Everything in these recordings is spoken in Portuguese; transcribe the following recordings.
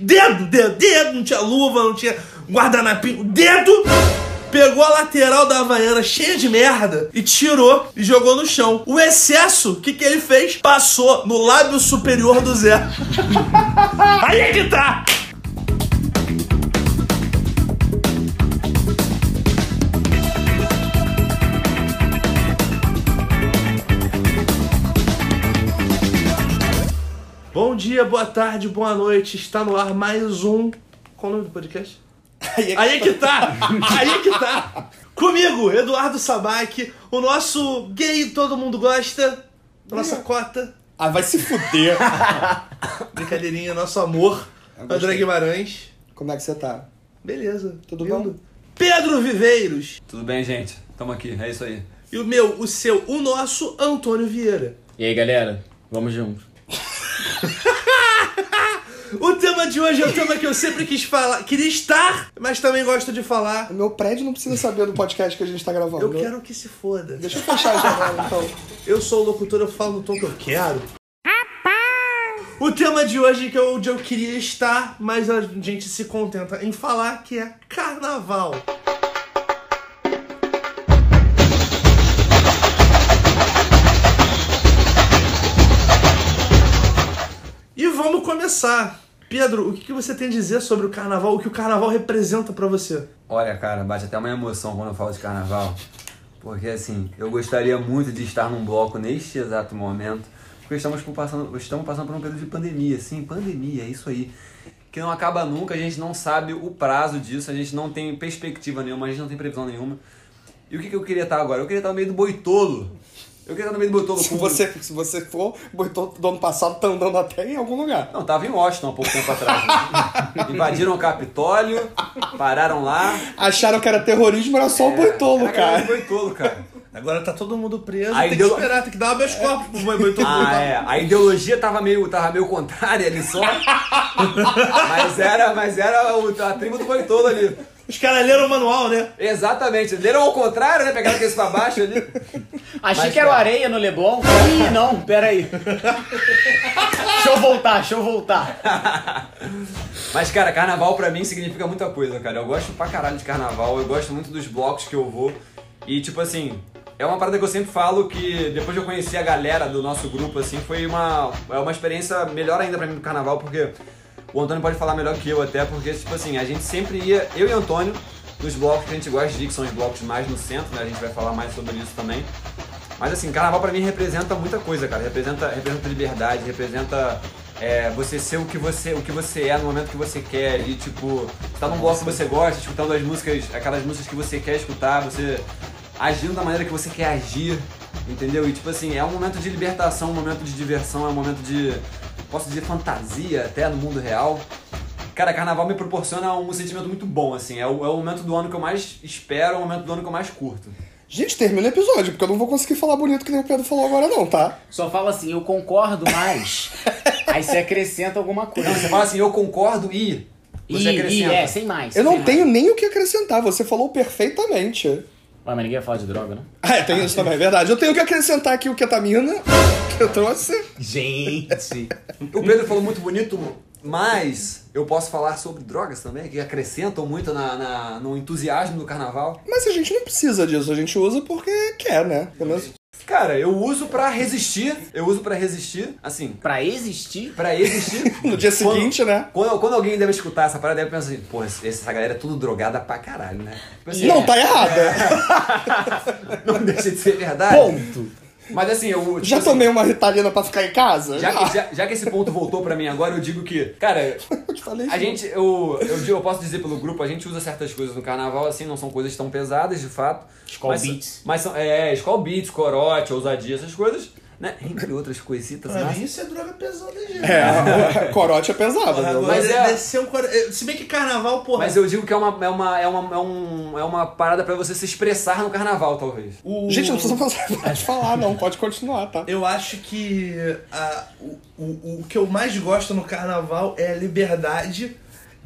Dedo, dedo, dedo, não tinha luva, não tinha guardanapinho, dedo! Pegou a lateral da Havaiana cheia de merda e tirou e jogou no chão. O excesso, o que, que ele fez? Passou no lábio superior do Zé. Aí é que tá! Bom dia, boa tarde, boa noite. Está no ar mais um. Qual o nome do podcast? Aí é que tá! Aí é que tá! Comigo, Eduardo Sabac, o nosso gay todo mundo gosta, a nossa cota, Ah, vai se fuder. brincadeirinha, nosso amor, André Guimarães. Como é que você tá? Beleza. Tudo lindo. bom? Pedro Viveiros. Tudo bem, gente? Tamo aqui, é isso aí. E o meu, o seu, o nosso Antônio Vieira. E aí, galera? Vamos junto. O tema de hoje é um tema que eu sempre quis falar, queria estar, mas também gosto de falar. O meu prédio não precisa saber do podcast que a gente tá gravando. Eu quero que se foda. Deixa eu fechar a janela, então. Eu sou o locutor, eu falo no tom que eu quero. O tema de hoje que eu, onde eu queria estar, mas a gente se contenta em falar que é carnaval. E vamos começar. Pedro, o que que você tem a dizer sobre o carnaval? O que o carnaval representa pra você? Olha, cara, bate até uma emoção quando eu falo de carnaval. Porque, assim, eu gostaria muito de estar num bloco neste exato momento. Porque estamos por- passando, estamos passando por um período de pandemia, sim, pandemia, é isso aí. Que não acaba nunca, a gente não sabe o prazo disso, a gente não tem perspectiva nenhuma, a gente não tem previsão nenhuma. E o que, que eu queria estar agora? Eu queria estar no meio do boitolo. Eu queria estar no meio do boitolo. Se com- você, se você for, boitou do ano passado tá andando até em algum lugar. Não, tava em Washington há pouco tempo atrás. né? Invadiram o Capitólio, pararam lá. Acharam que era terrorismo, era É. só o boitolo, Era a galera cara. do Boitolo, cara. Agora tá todo mundo preso, Aí tem deu- que esperar, tem que dar uma corpos pro boi- boi- todo mundo. Ah, é. A ideologia tava meio, tava meio contrária ali só. mas era, mas era o- a tribo do Boitolo ali. Os caras leram o manual, né? Exatamente. Leram ao contrário, né? Pegaram aqueles pra baixo ali. Achei que era o tá. areia no Leblon. Ih, não, pera aí. deixa eu voltar, deixa eu voltar. Mas, cara, carnaval pra mim significa muita coisa, cara. Eu gosto pra caralho de carnaval, eu gosto muito dos blocos que eu vou. E, tipo assim, é uma parada que eu sempre falo que depois de eu conhecer a galera do nosso grupo, assim, foi uma, é uma experiência melhor ainda pra mim do carnaval, porque o Antônio pode falar melhor que eu até, porque, tipo assim, a gente sempre ia, eu e o Antônio, nos blocos que a gente gosta de ir, que são os blocos mais no centro, né? A gente vai falar mais sobre isso também. Mas assim, carnaval pra mim representa muita coisa, cara. Representa, representa liberdade, representa é, você ser o que você, o que você é no momento que você quer. E tipo, você tá num bloco que você gosta, escutando as músicas, aquelas músicas que você quer escutar, você agindo da maneira que você quer agir, entendeu? E tipo assim, é um momento de libertação, um momento de diversão, é um momento de, posso dizer, fantasia até no mundo real. Cara, carnaval me proporciona um sentimento muito bom, assim. É o, é o momento do ano que eu mais espero, é o momento do ano que eu mais curto. Gente, termina o episódio, porque eu não vou conseguir falar bonito que nem o Pedro falou agora, não, tá? Só fala assim, eu concordo, mas. Aí você acrescenta alguma coisa. Não, você fala assim, eu concordo e. Você Ih, ih, acrescenta. é, sem mais. Eu sem não mais. tenho nem o que acrescentar, você falou perfeitamente. Ué, mas ninguém fala de droga, né? Ah, é, tem isso também, é verdade. Eu tenho que acrescentar aqui o ketamina que eu trouxe. Gente. é. O Pedro falou muito bonito, mas eu posso falar sobre drogas também, que acrescentam muito na, na- no entusiasmo do carnaval. Mas a gente não precisa disso, a gente usa porque quer, né? Pelo menos Cara, eu uso pra resistir. Eu uso pra resistir, assim, Pra existir, pra existir. no dia Quando- seguinte, né? Quando, quando alguém deve escutar essa parada, deve pensar assim, pô, esse- essa galera é tudo drogada pra caralho, né? Tipo assim, é, Não, tá errada. Não deixa de ser verdade. ponto. Mas assim, eu. É. tipo Já assim, tomei uma ritalina pra ficar em casa? Já Ah, que, já, já que esse ponto voltou pra mim agora, eu digo que, cara, eu te falei a isso. gente, eu, eu, digo- eu posso dizer pelo grupo, a gente usa certas coisas no carnaval, assim, não são coisas tão pesadas, de fato. Skol mas, Beats. Mas são, é, Skull Beats, corote, ousadia, essas coisas, né? Entre outras coisitas, né? Pra mas... mim isso é droga pesada, gente. É, corote é pesado. né? Mas Mas é- deve ser um cora- eh, Se bem que carnaval, porra. Mas eu digo que é uma, é uma, é uma, é um, é uma parada pra você se expressar no carnaval, talvez. o- Gente, não precisa falar- de falar, não. Pode continuar, tá? Eu acho que a- o, o, o que eu mais gosto no carnaval é a liberdade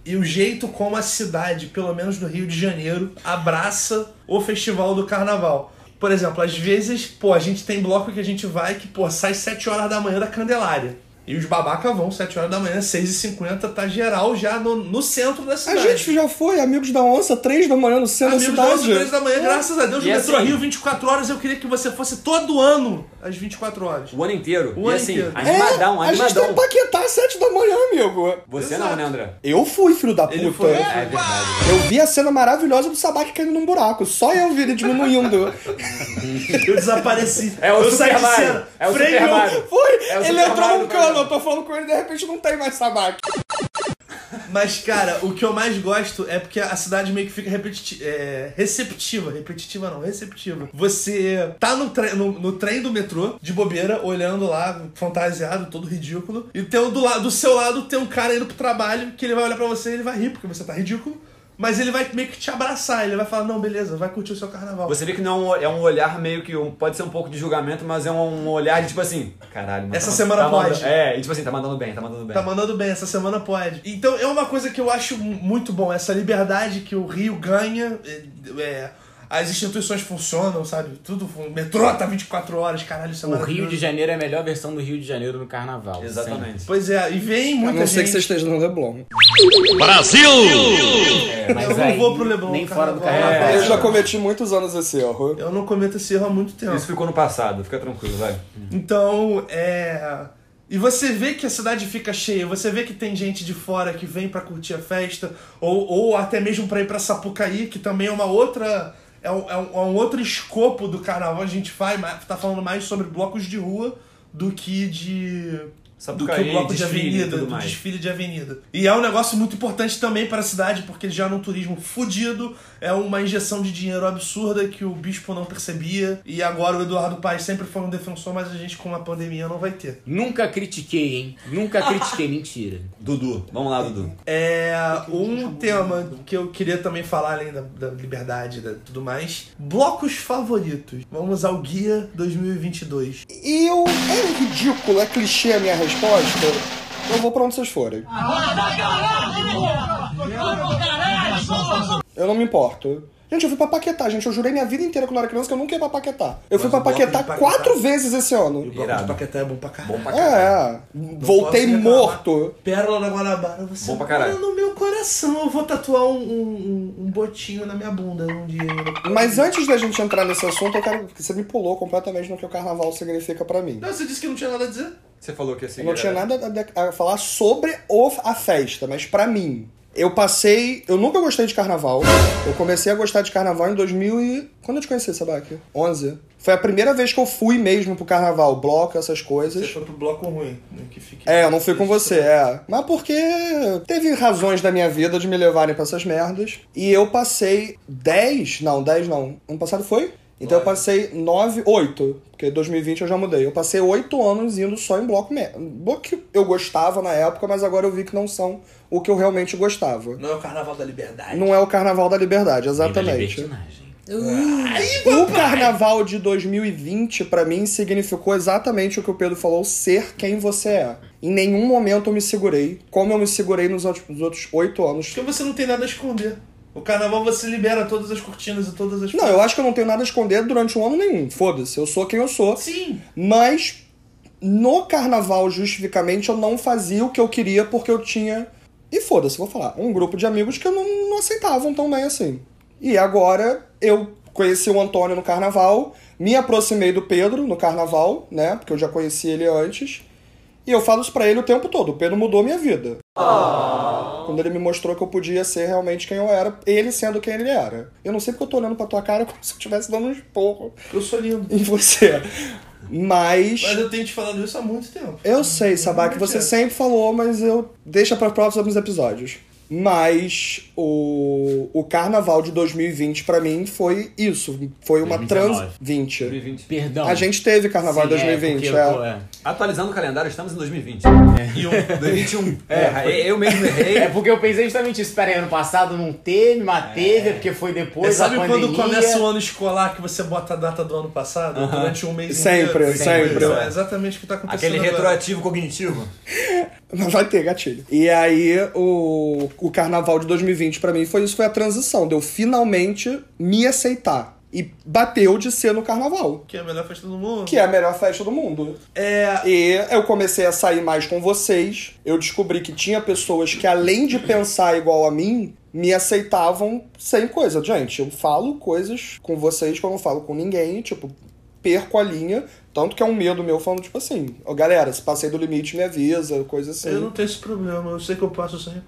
e o jeito como a cidade, pelo menos no Rio de Janeiro, abraça o festival do carnaval. Por exemplo, às vezes, pô, a gente tem bloco que a gente vai que, pô, sai 7 horas da manhã da Candelária. E os babaca vão 7 horas da manhã, 6h50, tá geral já no, no centro da A cidade. gente já foi, amigos da onça, três da manhã no centro Amigos da da Onze, cidade. né? três da manhã, graças a Deus, E no Metrô assim- Rio, 24 horas, eu queria que você fosse todo ano às 24 horas. O ano inteiro. O e ano assim, inteiro. animadão, é, a gente animadão. tá em Paquetá às sete da manhã, amigo. Você Exato. não, né, André? Eu fui, filho da puta. Ele foi. É verdade. Eu vi a cena maravilhosa do Sabaki caindo num buraco. Só eu vi ele diminuindo. Eu desapareci. É o eu Super saí de Mario. cena. É o Freio. Super Mario. Foi! É o ele Super entrou Mario, num cano, cara. eu tô falando com ele e de repente não tem mais Sabaki. Mas, cara, o que eu mais gosto é porque a cidade meio que fica repetiti- é, receptiva. Repetitiva não, receptiva. Você tá no, tre- no, no trem do metrô, de bobeira, olhando lá, fantasiado, todo ridículo. E tem um do, la- do seu lado tem um cara indo pro trabalho que ele vai olhar pra você e ele vai rir, porque você tá ridículo. Mas ele vai meio que te abraçar, ele vai falar, não, beleza, vai curtir o seu carnaval. Você vê que não é um olhar meio que. um- pode ser um pouco de julgamento, mas é um olhar de tipo assim. Caralho, mano. Essa tá- semana tá pode. mandando- É, e tipo assim, tá mandando bem, tá mandando bem. É. Tá mandando bem, essa semana pode. Então é uma coisa que eu acho mu- muito bom, essa liberdade que o Rio ganha. é, é, as instituições funcionam, sabe? Tudo. fun- O metrô tá 24 horas, caralho, isso é O Rio de maravilhoso. Janeiro é a melhor versão do Rio de Janeiro no carnaval. Exatamente. Pois é, e vem A muita não ser gente. que você esteja no Leblon. Sempre. É, mas Eu não aí, vou pro Leblon, Nem carnaval. fora do carnaval. É. Eu já cometi muitos anos esse erro. Eu não cometo esse erro há muito tempo. Isso ficou no passado, fica tranquilo, vai. Então, é. E você vê que a cidade fica cheia, você vê que tem gente de fora que vem pra curtir a festa, ou, ou até mesmo pra ir pra Sapucaí, que também é uma outra. É um, é um- é um outro escopo do carnaval. A gente faz, ma- tá falando mais sobre blocos de rua do que de. do Sapucaí, que o bloco de desfile e avenida, tudo do mais. desfile de avenida. E é um negócio muito importante também para a cidade, porque já um turismo fudido, é uma injeção de dinheiro absurda que o bispo não percebia. E agora o Eduardo Paes sempre foi um defensor, mas a gente com a pandemia não vai ter. Nunca critiquei, hein? Nunca critiquei, mentira. Dudu, vamos lá, Dudu. É um tema que eu queria também falar, além da, da liberdade e da- tudo mais. Blocos favoritos. Vamos ao Guia 2022. E eu. É ridículo, é clichê a minha resposta. Eu vou pra onde vocês forem. Eu não me importo. Gente, eu fui pra Paquetá, gente. Eu jurei minha vida inteira quando eu era criança que eu nunca ia pra Paquetá. Eu fui pra o bloco de Paquetá Paquetá- quatro vezes esse O ano. bloco Irado. de Paquetá é bom pra caralho. Bom pra caralho. É, voltei Posso reclamar. morto. Pérola na Guanabara, você Bom pra caralho. mora no meu coração. Eu vou tatuar um, um- um- um botinho na minha bunda um dia. Mas antes da gente entrar nesse assunto, eu quero. Você me pulou completamente no que o carnaval significa pra mim. Não, você disse que não tinha nada a dizer? Você falou que assim. Eu não tinha era- nada a, dec- a falar sobre o- a festa, mas pra mim, eu passei. Eu nunca gostei de carnaval. Eu comecei a gostar de carnaval em 2000 e. Quando eu te conheci, Sabaki? 11. Foi a primeira vez que eu fui mesmo pro carnaval, bloco, essas coisas. Você foi pro bloco ruim, né? Que fica... É, eu não fui com você, é. Mas porque teve razões da minha vida de me levarem pra essas merdas. E eu passei 10, não, 10 não. Ano passado foi? Então eu passei 9, 8, porque 2020 eu já mudei. Eu passei 8 anos indo só em bloco mesmo. Bloco que eu gostava na época, mas agora eu vi que não são o que eu realmente gostava. Não é o carnaval da liberdade. Não é o carnaval da liberdade, exatamente. Libertinagem. O carnaval de 2020, pra mim, significou exatamente o que o Pedro falou: ser quem você é. Em nenhum momento eu me segurei, como eu me segurei nos outros- nos outros oito anos. Porque você não tem nada a esconder. O carnaval você libera todas as cortinas e todas as... Não, eu acho que eu não tenho nada a esconder durante um ano nenhum. Foda-se, eu sou quem eu sou. Sim. Mas no carnaval, justificamente, eu não fazia o que eu queria porque eu tinha. E foda-se, vou falar. Um grupo de amigos que eu não, não aceitavam tão bem assim. E agora eu conheci o Antônio no carnaval, me aproximei do Pedro no carnaval, né? Porque eu já conheci ele antes. E eu falo isso pra ele o tempo todo. O Pedro mudou minha vida. Quando ele me mostrou que eu podia ser realmente quem eu era, ele sendo quem ele era. Eu não sei porque eu tô olhando pra tua cara como se eu estivesse dando um esporro Eu sou lindo. em você. Mas. Mas eu tenho te falado isso há muito tempo. Eu sei, Sabá, que você Mentira. sempre falou, mas eu deixa para próximos episódios. Mas o, o carnaval de 2020 pra mim foi isso, foi uma trans 2019. 20. 2020. Perdão. A gente teve carnaval em Sim, é, 2020, porque eu tô- é. Atualizando o calendário, estamos em 2020. E um... 2021. É, eu mesmo errei. É. É porque eu pensei justamente isso. Pera aí, ano passado não teve, mas teve, é porque foi depois sabe da quando pandemia. começa o ano escolar que você bota a data do ano passado? Durante um mês Sempre, inteiro? sempre. É exatamente o que tá acontecendo Aquele agora. retroativo cognitivo. Mas vai ter gatilho. E aí, o, o carnaval de 2020 pra mim foi isso, foi a transição, de eu finalmente me aceitar. E bateu de ser no carnaval, Que é a melhor festa do mundo. que é a melhor festa do mundo. É. E eu comecei a sair mais com vocês. Eu descobri que tinha pessoas que, além de pensar igual a mim, me aceitavam sem coisa. Gente, eu falo coisas com vocês que eu não falo com ninguém, tipo, perco a linha. Tanto que é um medo meu falando, tipo assim, ó, galera, se passei do limite, me avisa, coisa assim. Eu não tenho esse problema, eu sei que eu passo sempre.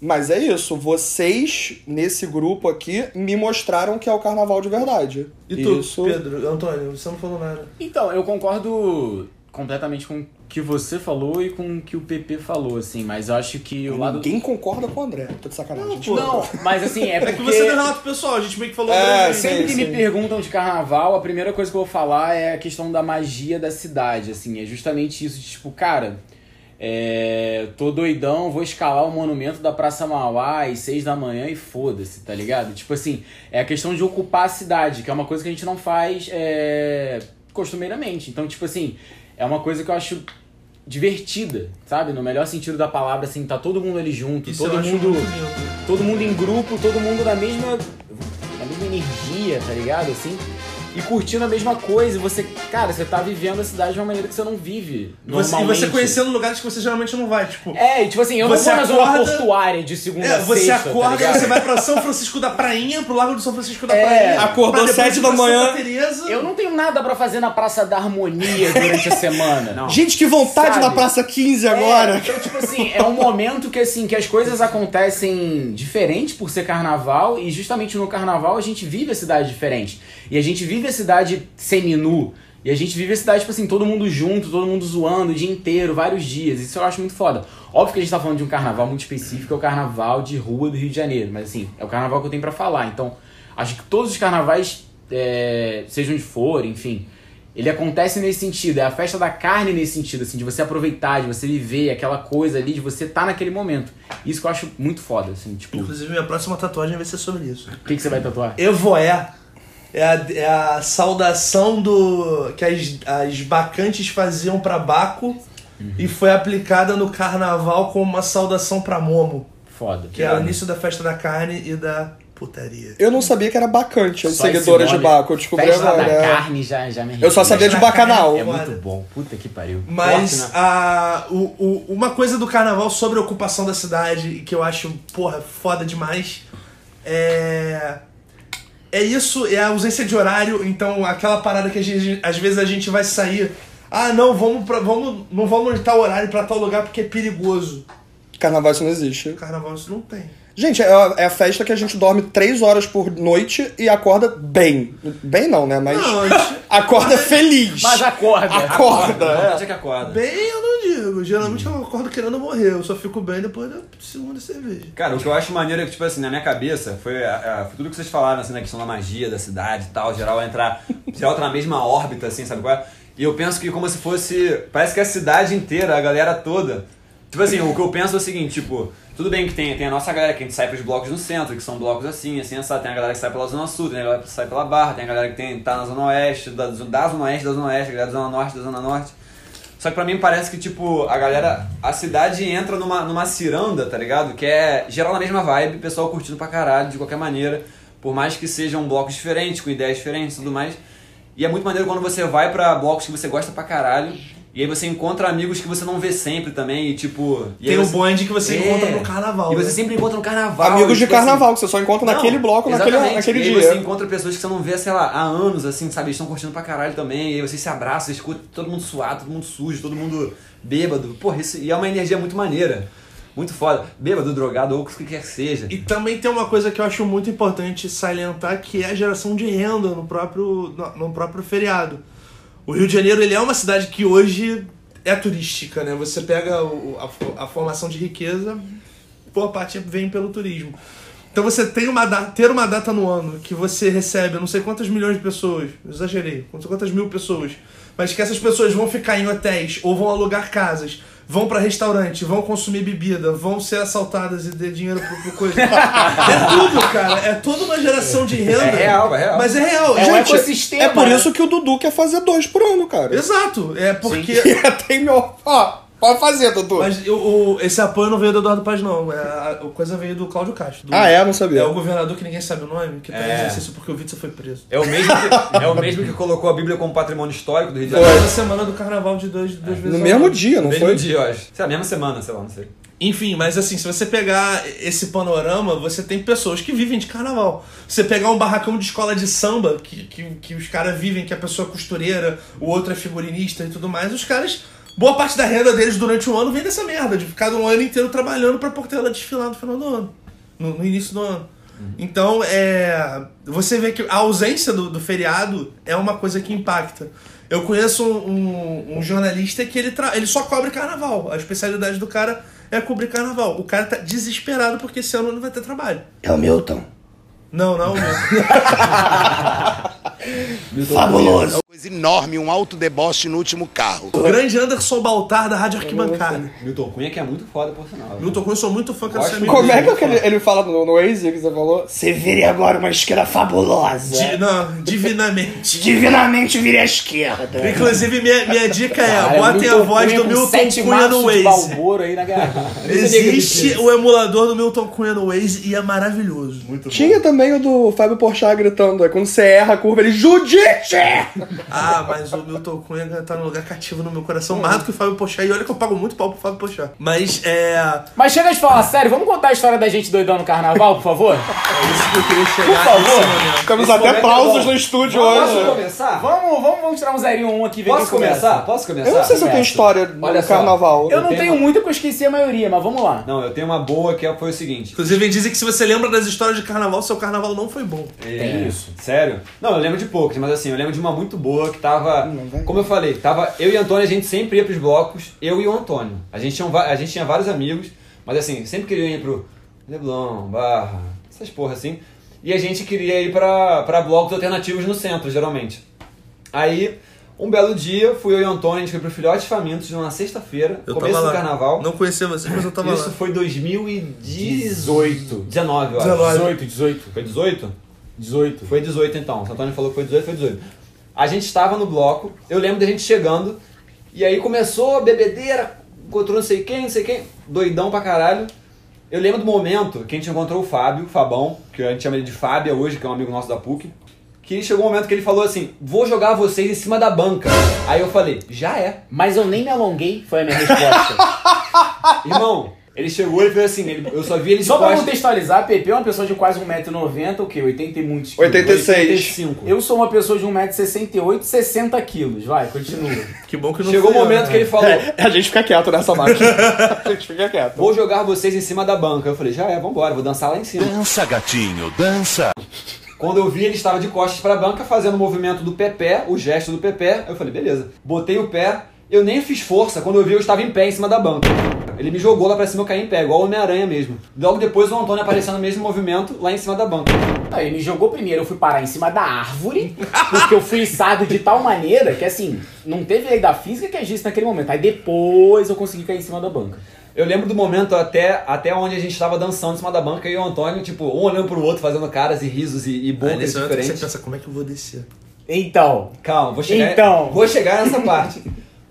Mas é isso, vocês, nesse grupo aqui, me mostraram que é o carnaval de verdade. E tu, isso... Pedro, Antônio, você não falou nada. Então, eu concordo completamente com o que você falou e com o que o PP falou, assim, mas eu acho que o lado. Ninguém concorda com o André, tô de sacanagem. Não, mas assim, é É porque. que você deu relato pessoal, a gente meio que falou. É, brevemente. Sempre sim. que me perguntam de carnaval, a primeira coisa que eu vou falar é a questão da magia da cidade, assim, é justamente isso de tipo, cara, é, tô doidão, vou escalar o monumento da Praça Mauá às seis da manhã e foda-se, tá ligado? Tipo assim, é a questão de ocupar a cidade, que é uma coisa que a gente não faz é, costumeiramente. Então, tipo assim, é uma coisa que eu acho divertida, sabe? No melhor sentido da palavra, assim, tá todo mundo ali junto, Isso todo eu acho mundo muito lindo. todo mundo em grupo, todo mundo na mesma, na mesma energia, tá ligado? Assim, e curtindo a mesma coisa. E você, cara, você tá vivendo a cidade de uma maneira que você não vive. Você, e normalmente. você conhecendo lugares que você geralmente não vai, tipo. É, e tipo assim, eu Você não vou na acorda- zona portuária de segunda É, a você sexta, acorda tá e você ligado? vai pra São Francisco da Prainha, pro Largo de São Francisco da É. Prainha. Acordou pra depois sete ir da pra manhã. Santa Teresa. Eu não tenho nada pra fazer na Praça da Harmonia durante a semana. Não. Gente, que vontade Sabe? na Praça 15 É, agora! então, tipo assim, é um momento que assim que as coisas acontecem diferente por ser carnaval e justamente no carnaval a gente vive a cidade diferente. E a gente vive a cidade seminu. E a gente vive a cidade, tipo assim, todo mundo junto, todo mundo zoando o dia inteiro, vários dias. Isso eu acho muito foda. Óbvio que a gente tá falando de um carnaval muito específico, é o carnaval de rua do Rio de Janeiro. Mas assim, é o carnaval que eu tenho pra falar. Então, acho que todos os carnavais, é, sejam de for, enfim, ele acontece nesse sentido, é a festa da carne nesse sentido, assim, de você aproveitar, de você viver aquela coisa ali, de você estar naquele momento. Isso que eu acho muito foda, assim, tipo, o Inclusive, minha próxima tatuagem vai ser sobre isso. que, que você vai tatuar? Evoé é a, é a saudação do que as, as bacantes faziam pra Baco e foi aplicada no carnaval como uma saudação pra Momo, Foda. que é era o início da festa da carne e da putaria. Eu não sabia que era bacante as Só esse seguidoras de nome, Baco, eu descobri festa agora. da é. carne já, já me Eu só sabia de Festa da bacanal. carne. É muito Olha. bom, puta que pariu. Mas Forte, né? a, o, o- uma coisa do carnaval sobre a ocupação da cidade e que eu acho, porra, foda demais é. É isso, é a ausência de horário, então aquela parada que a gente- às vezes a gente vai sair. Ah, não, vamos, pra, vamos não vamos em tal horário pra tal lugar porque é perigoso. Carnaval isso não existe. No carnaval isso não tem. Gente, é a, é a festa que a gente dorme três horas por noite e acorda bem. Bem não, né? Mas Não, a gente- acorda feliz. Mas acorda. Acorda. A é. vontade é que acorda. bem eu não digo. Geralmente eu acordo querendo morrer, eu só fico bem depois da segunda cerveja. Cara, o que eu acho maneiro é que, tipo assim, na minha cabeça, foi, a- a- foi tudo que vocês falaram, assim, na questão da magia, da cidade e tal, geral entrar, geral tá na mesma órbita, assim, sabe qual é? E eu penso que como se fosse, parece que a cidade inteira, a galera toda, tipo assim, o que eu penso é o seguinte, tipo, tudo bem que tem, tem a nossa galera que a gente sai pros blocos no centro, que são blocos assim, assim, essa, tem a galera que sai pela Zona Sul, tem a galera que sai pela Barra, tem a galera que tem, tá na Zona Oeste, da, da Zona Oeste, da Zona Oeste, a galera da Zona Norte, da Zona Norte. Só que pra mim parece que, tipo, a galera. A cidade entra numa, numa ciranda, tá ligado? Que é geral na mesma vibe, pessoal curtindo pra caralho, de qualquer maneira. Por mais que sejam blocos diferentes, com ideias diferentes e tudo mais. E é muito maneiro quando você vai pra blocos que você gosta pra caralho. E aí você encontra amigos que você não vê sempre também. E tipo. E aí tem o você- bonde que você É. encontra no carnaval. E você né? sempre encontra no carnaval. Amigos de tipo assim, carnaval, que você só encontra naquele não, bloco, naquele, exatamente. assim, naquele e aí dia. você encontra pessoas que você não vê, sei lá, há anos, assim, sabe? Eles estão curtindo pra caralho também. E aí vocês se abraçam, vocês curtem, todo mundo suado, todo mundo sujo, todo mundo bêbado. Porra, isso e é uma energia muito maneira. Muito foda. Bêbado, drogado ou o que quer que seja. E também tem uma coisa que eu acho muito importante salientar, que é a geração de renda no próprio, no, no próprio feriado. O Rio de Janeiro ele é uma cidade que hoje é turística, né? Você pega o- a, fo- a formação de riqueza, boa parte vem pelo turismo. Então você tem uma da- ter uma data no ano que você recebe não sei quantas milhões de pessoas, eu exagerei, não sei quantas mil pessoas, mas que essas pessoas vão ficar em hotéis ou vão alugar casas, vão pra restaurante, vão consumir bebida, vão ser assaltadas e ter dinheiro pro, pro coisa. é tudo, cara. É toda uma geração de renda. É real, é real. Mas é real. É um Gente, ecossistema. É por isso que o Dudu quer fazer dois por ano, cara. Exato. É porque... E tem meu. Ó, Pode fazer, Dudu. Mas eu- o- esse apoio não veio do Eduardo Paz, não. É, a, a coisa veio do Cláudio Castro. do- Ah, é? Não sabia. É o governador que ninguém sabe o nome, que tá em É. exercício porque o Witzel foi preso. É o, mesmo que, é o mesmo que colocou a Bíblia como patrimônio histórico do Rio de Janeiro. Na semana do carnaval de dois, duas vezes. é. No ao mesmo ano. dia, não mesmo foi? dia, eu acho. Sei lá, mesma semana, sei lá, não sei. Enfim, mas assim, se você pegar esse panorama, você tem pessoas que vivem de carnaval. Você pegar um barracão de escola de samba, que, que, que os caras vivem, que a pessoa é costureira, o outro é figurinista e tudo mais, os caras. Boa parte da renda deles durante o ano vem dessa merda, de ficar um ano inteiro trabalhando pra Portela desfilar no final do ano. No, no início do ano. Então, é. Você vê que a ausência do, do feriado é uma coisa que impacta. Eu conheço um, um- um jornalista que ele, tra- ele só cobre carnaval. A especialidade do cara é cobrir carnaval. O cara tá desesperado porque esse ano não vai ter trabalho. É o Milton. Não, não, não. Fabuloso. coisa enorme, um alto deboche no último carro. o grande Anderson Baltar da Rádio Arquibancada. Milton Cunha que é muito foda, por sinal. Milton Cunha, eu sou muito fã que Gosto essa amiga. Como é que é que ele, ele fala no, no Waze que você falou? Você vire agora uma esquerda fabulosa. Di- Não, divinamente. Divinamente vire à esquerda. Inclusive, minha, minha dica é: Cara, botem a Milton voz Cunha do com Milton sete Cunha no maços de Waze. Balboro aí na garrafa. Existe o emulador do Milton Cunha no Waze e é maravilhoso. Muito Tinha também o do Fábio Porchat gritando, aí quando você erra a curva, ele Judite! Ah, mas o Milton Cunha tá num lugar cativo no meu coração, mais do que o Fábio Pochá. E olha que eu pago muito pau pro Fábio Pochá. Mas é. Mas chega de falar sério, vamos contar a história da gente doidão no carnaval, por favor? É isso que eu queria chegar Por favor. nesse momento. Ficamos Esse momento até é pausos bom. no estúdio hoje. Posso começar? Vamos, vamos, vamos tirar um zerinho um aqui e ver Posso quem começa. começar? Posso começar? Eu não sei se eu tenho história no Olha só. carnaval. Eu não tenho tenho uma- muita porque eu esqueci a maioria, mas vamos lá. Não, eu tenho uma boa que é- foi o seguinte. Inclusive, dizem que se você lembra das histórias de carnaval, seu carnaval não foi bom. Tem isso. É. Sério? Não, eu lembro de poucas, mas assim, eu lembro de uma muito boa que tava. Como eu falei, tava. Eu e o Antônio, a gente sempre ia pros blocos, eu e o Antônio. A gente tinha, um va- a gente tinha vários amigos, mas assim, sempre queria ir pro Leblon, Barra, essas porra assim. E a gente queria ir pra, pra blocos alternativos no centro, geralmente. Aí, um belo dia, fui eu e o Antônio, a gente foi pro Filhotes Famintos numa sexta-feira, Eu começo tava do lá. carnaval. Não conhecia você, mas eu tava Isso lá. foi 2018. 19, eu acho. 19. 18, 18, Foi 18? 18. Foi 18 então. O Santoni falou que foi 18, foi 18. A gente estava no bloco, eu lembro da gente chegando, e aí começou a bebedeira, encontrou não sei quem, não sei quem, doidão pra caralho. Eu lembro do momento que a gente encontrou o Fábio, o Fabão, que a gente chama ele de Fábia hoje, que é um amigo nosso da PUC, que chegou um momento que ele falou assim: vou jogar vocês em cima da banca. Aí eu falei, já é. Mas eu nem me alonguei, foi a minha resposta. Irmão, ele chegou e fez assim, ele- eu só vi ele de Só pra costas. contextualizar, Pepe é uma pessoa de quase 1,90m, o quê? 80 e muitos quilos. 86. 85. Eu sou uma pessoa de 1,68m, 60 quilos. Vai, continua. Que bom que não Chegou o fui eu, momento né? que ele falou, A gente fica quieto nessa máquina. A gente fica quieto. Vou jogar vocês em cima da banca. Eu falei, já é, vambora, vou dançar lá em cima. Dança, gatinho, dança. Quando eu vi, ele estava de costas pra banca, fazendo o movimento do pepé, o gesto do pepé. Eu falei, beleza. Botei o pé, eu nem fiz força. Quando eu vi, eu estava em pé em cima da banca. Ele me jogou lá pra cima, eu caí em pé, igual o Homem-Aranha mesmo. Logo depois, o Antônio apareceu no mesmo movimento, lá em cima da banca. Não, ele me jogou primeiro, eu fui parar em cima da árvore, porque eu fui içado de tal maneira que, assim, não teve lei da física que agisse naquele momento. Aí depois eu consegui cair em cima da banca. Eu lembro do momento até, até onde a gente estava dançando em cima da banca e o Antônio, tipo, um olhando pro outro, fazendo caras e risos e, e Aí, bocas nesse momento que você diferentes. pensa, como é que eu vou descer? Então, Calma, vou chegar. Então. Vou chegar nessa parte.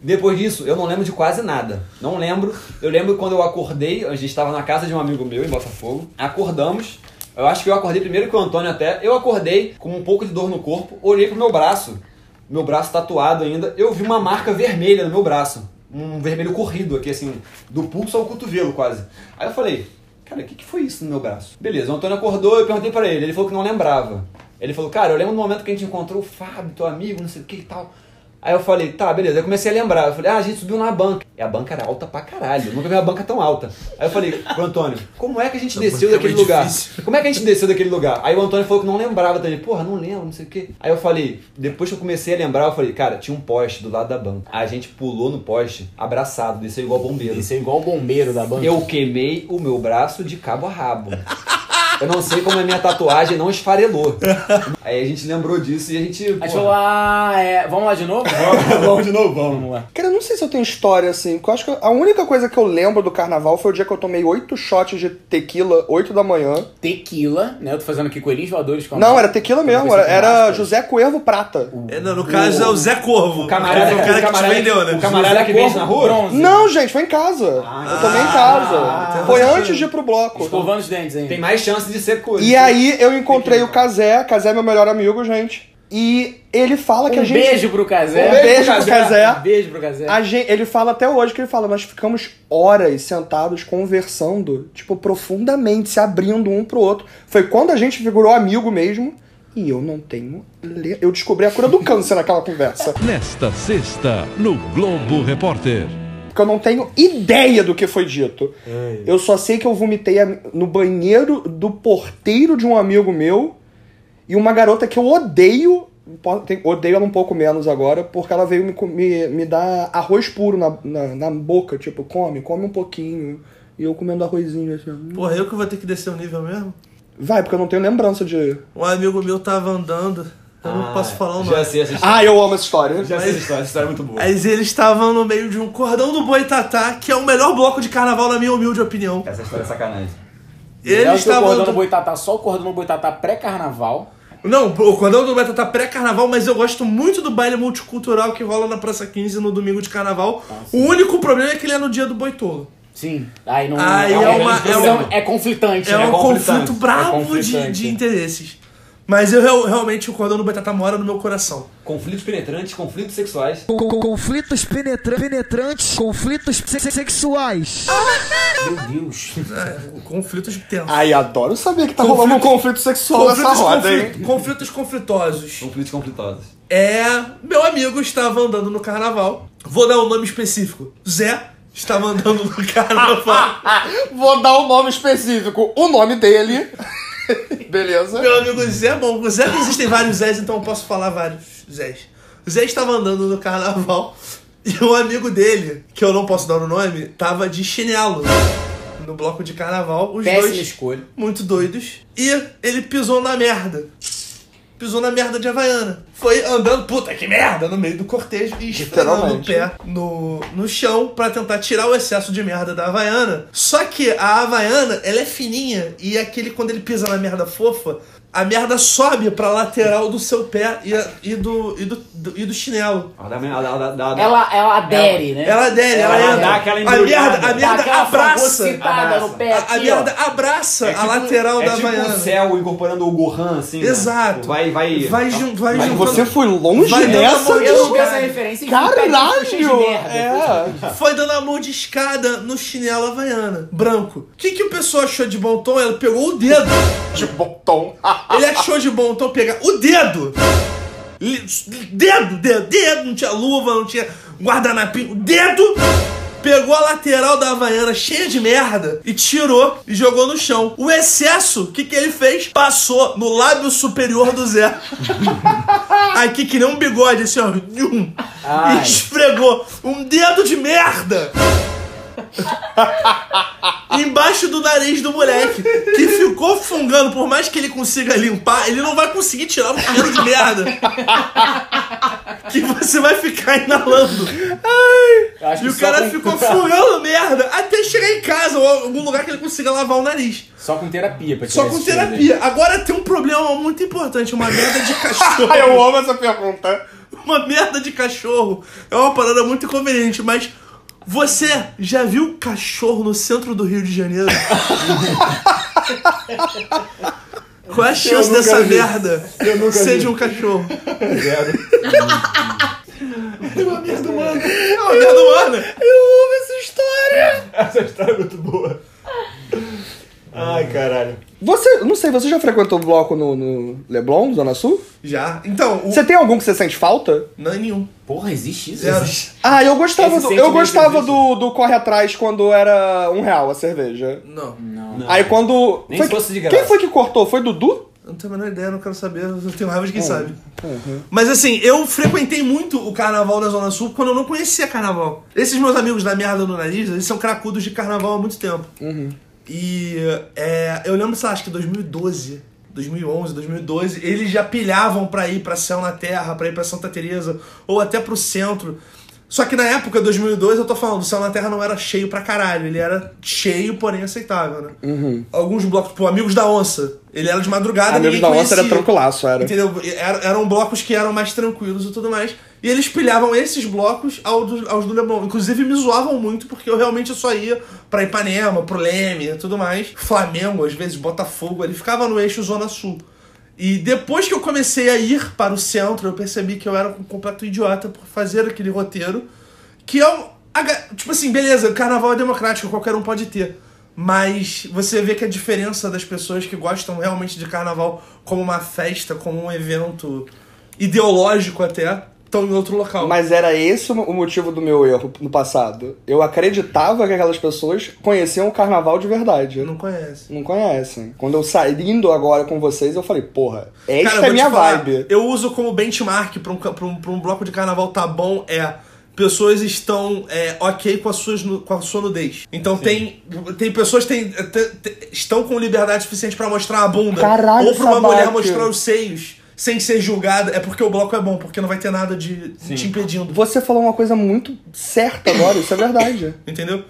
Depois disso, eu não lembro de quase nada. Não lembro. Eu lembro quando eu acordei, a gente estava na casa de um amigo meu em Botafogo. Acordamos. Eu acho que eu acordei primeiro que o Antônio até. Eu acordei com um pouco de dor no corpo, olhei pro meu braço. Meu braço tatuado ainda. Eu vi uma marca vermelha no meu braço. Um vermelho corrido aqui, assim, do pulso ao cotovelo quase. Aí eu falei, cara, o que, que foi isso no meu braço? Beleza, o Antônio acordou, eu perguntei pra ele. Ele falou que não lembrava. Ele falou, cara, eu lembro do momento que a gente encontrou o Fábio, teu amigo, não sei o que e tal. Aí eu falei, tá, beleza. Eu comecei a lembrar. Eu falei, ah, a gente subiu na banca. E a banca era alta pra caralho. Eu nunca vi uma banca tão alta. Aí eu falei pro Antônio, como é que a gente desceu banca é daquele muito lugar? difícil. Como é que a gente desceu daquele lugar? Aí o Antônio falou que não lembrava também. Porra, não lembro, não sei o que. Aí eu falei, depois que eu comecei a lembrar, eu falei, cara, tinha um poste do lado da banca. A gente pulou no poste, abraçado, desceu igual bombeiro. isso é igual o bombeiro da banca. Eu queimei o meu braço de cabo a rabo. Eu não sei como a minha tatuagem não esfarelou. Aí a gente lembrou disso e a gente. Aí a porra, gente falou, ah, é... Vamos lá de novo? Vamos, vamos de novo, vamos lá. Cara, eu não sei se eu tenho história assim, porque eu acho que a única coisa que eu lembro do carnaval foi o dia que eu tomei oito shots de tequila, 8 da manhã. Tequila, né? Eu tô fazendo aqui coelhinhos voadores com a Não, mão. era tequila mesmo, Eu era, pensei que é era máscara. José Coervo Prata. É, não, no caso é o Zé Corvo. O camarada- o cara o que te camarada- vendeu, né? o camarada que vende na rua? Bronze. Não, gente, foi em casa. Ah, eu tomei em casa. então foi você- antes de ir pro bloco. Escovando os dentes ainda. Tem mais chance de ser coisa. E aí eu encontrei o Kazé, Kazé é meu melhor amigo, gente. E ele fala É que a Um gente. beijo pro Casé. Um beijo pro Cazé. Um beijo pro Casé. Ah, A gente, ele fala até hoje que ele fala, nós ficamos horas sentados conversando, tipo, profundamente, se abrindo um pro outro. Foi quando a gente virou amigo mesmo. E eu não tenho. le- Eu descobri a cura do câncer naquela conversa. Nesta sexta, no Globo Repórter. Porque eu não tenho ideia do que foi dito. Eu só sei que eu vomitei a- no banheiro do porteiro de um amigo meu e uma garota que eu odeio. po- tem- Odeio ela um pouco menos agora, porque ela veio me, co- me, me dar arroz puro na, na, na boca. Tipo, come, come um pouquinho. E eu comendo arrozinho assim. ó. Porra, eu que vou ter que descer o nível mesmo? Vai, porque eu não tenho lembrança de. Um amigo meu tava andando, eu não Ah, posso falar o nome. Já sei essa história. Ah, eu amo essa história. Já sei essa história, essa história é muito boa. Mas eles estavam no meio de um cordão do Boitatá, que é o melhor bloco de carnaval, na minha humilde opinião. Essa história é sacanagem. É, Eles estavam. estavam. Cordão do Boitatá, só o cordão do Boitatá pré-carnaval. Não, o cordão do Boitatá pré-carnaval, mas eu gosto muito do baile multicultural que rola na Praça 15 no domingo de carnaval. o único problema é que ele é no dia do Boitolo. Sim. Aí não. Aí é uma- É, é uma- é conflitante, É né? um conflitante, conflito é brabo de, conflitante. de interesses. Mas eu real- realmente, o cordão do Boitatá mora no meu coração. Conflitos penetrantes, conflitos sexuais. Conflitos penetra- penetrantes, conflitos se- se- sexuais. Meu Deus. Conflitos tensos. Ai, adoro saber que tá rolando um conflito sexual nessa Conflitos, roda, hein? conflito- conflitos conflitosos. Conflitos conflitosos. É. Meu amigo estava andando no carnaval. Vou dar um nome específico. Zé estava andando no carnaval. Vou dar um nome específico. O nome dele. Beleza? meu amigo Zé, bom, o Zé existem vários Zés, então eu posso falar vários Zés. O Zé estava andando no carnaval e um amigo dele, que eu não posso dar o nome, tava de chinelo no bloco de carnaval. Os Péssima dois escolha. muito doidos. E ele pisou na merda. Pisou na merda de Havaiana. Foi andando, puta que merda, no meio do cortejo e esfregando o Literalmente. pé no, no chão pra tentar tirar o excesso de merda da Havaiana. Só que a Havaiana, ela é fininha e aquele, quando ele pisa na merda fofa, a merda sobe pra lateral do seu pé e, a- e do, e, do, do- e do chinelo. Ela dá, ela dá- dá- dá- Ela, ela adere, né? Ela dele, ela, Ela entra. dá aquela a merda, a embrulhada. merda Daquela abraça. fagocitada no pé A, a aqui, ó. merda abraça É a tipo- lateral é da tipo Havaiana. o céu incorporando o Gohan, assim. né? Exato. Vai, vai. Vai jun- vai vai- juntando- Você foi longe Vai dando nessa? uma Eu não bicho? vi essa referência. um enfim, tá aí, cheio de Caralho! merda. É. Foi dando a mão de escada no chinelo havaiana, branco. O que, que o pessoal achou de bom tom? Ela pegou o dedo. De botão. Ele achou de bom tom pegar o dedo. Li- Dedo, dedo, dedo. Não tinha luva, não tinha guardanapinho. O dedo pegou a lateral da havaiana cheia de merda e tirou e jogou no chão. O excesso, o que, que ele fez? Passou no lábio superior do Zé. Aqui que nem um bigode, assim, ó. Nhum. Ai. E esfregou um dedo de merda embaixo do nariz do moleque, que ficou fungando, por mais que ele consiga limpar, ele não vai conseguir tirar o cheiro de merda. Que você vai ficar inalando. Eu acho E que o só cara com- ficou fungando merda até chegar em casa ou algum lugar que ele consiga lavar o nariz. Só com terapia, pra né? Só tirar com esse cheiro dele. terapia. Agora tem um problema muito importante, uma merda de cachorro. Ah, É um eu amo essa pergunta. Uma merda de cachorro é uma parada muito inconveniente, mas você já viu cachorro no centro do Rio de Janeiro? Qual é a chance nunca dessa vi. merda Eu nunca ser vi. de um cachorro? merda, mano. É uma merda humana. Essa história é muito boa. Ai, caralho. Você, não sei, você já frequentou o bloco no, no Leblon, Zona Sul? Já. Então, o... Você tem algum que você sente falta? não é nenhum. Porra, existe isso? Zero. Ah, eu gostava Esse do, eu sentimento gostava existe. do, do corre atrás quando era um real a cerveja. Não. Aí quando. Nem foi se fosse que- de graça. Quem foi que cortou? Foi Dudu? Eu não tenho a menor ideia, não quero saber. Eu tenho raiva de quem sabe. Mas assim, eu frequentei muito o carnaval da Zona Sul quando eu Uhum. não conhecia carnaval. Esses meus amigos da merda no nariz, eles são cracudos de carnaval há muito tempo. E é, eu lembro, sei lá, acho que 2012, 2011, 2012, eles já pilhavam pra ir pra Céu na Terra, pra ir pra Santa Teresa ou até pro centro. Só que na época, 2002, eu tô falando, o Céu na Terra não era cheio pra caralho. Ele era cheio, porém aceitável, né? Alguns blocos, tipo, Amigos da Onça. Ele era de madrugada, Uhum. Amigos ninguém da Onça era conhecia. tranquilaço, era. Entendeu? Era- eram blocos que eram mais tranquilos e tudo mais. E eles pilhavam esses blocos ao do- aos do Leblon. Inclusive me zoavam muito, porque eu realmente só ia pra Ipanema, pro Leme e tudo mais. Flamengo, às vezes Botafogo, ele ficava no eixo Zona Sul. E depois que eu comecei a ir para o centro, eu percebi que eu era um completo idiota por fazer aquele roteiro. Que é um. a ga- Tipo assim, beleza, o carnaval é democrático, qualquer um pode ter. Mas você vê que a diferença das pessoas que gostam realmente de carnaval como uma festa, como um evento ideológico até, estão em outro local. Mas era esse o o motivo do meu erro no passado. Eu acreditava que aquelas pessoas conheciam o carnaval de verdade. não conhece. Não conhecem. Quando eu saindo agora com vocês, eu falei, porra, esta Cara, eu é vou te minha falar, vibe. Eu uso como benchmark pra um, ca- pra um, pra um bloco de carnaval tá bom é. Pessoas estão é, ok com, as suas, nu- com a sua nudez. Então tem, tem pessoas que têm- te- te- estão com liberdade suficiente pra mostrar a bunda. Caralho, ou pra uma Sabaque. mulher mostrar os seios sem ser julgada. É porque o bloco é bom, porque não vai ter nada de te impedindo. Você falou uma coisa muito certa agora, isso é verdade. Entendeu?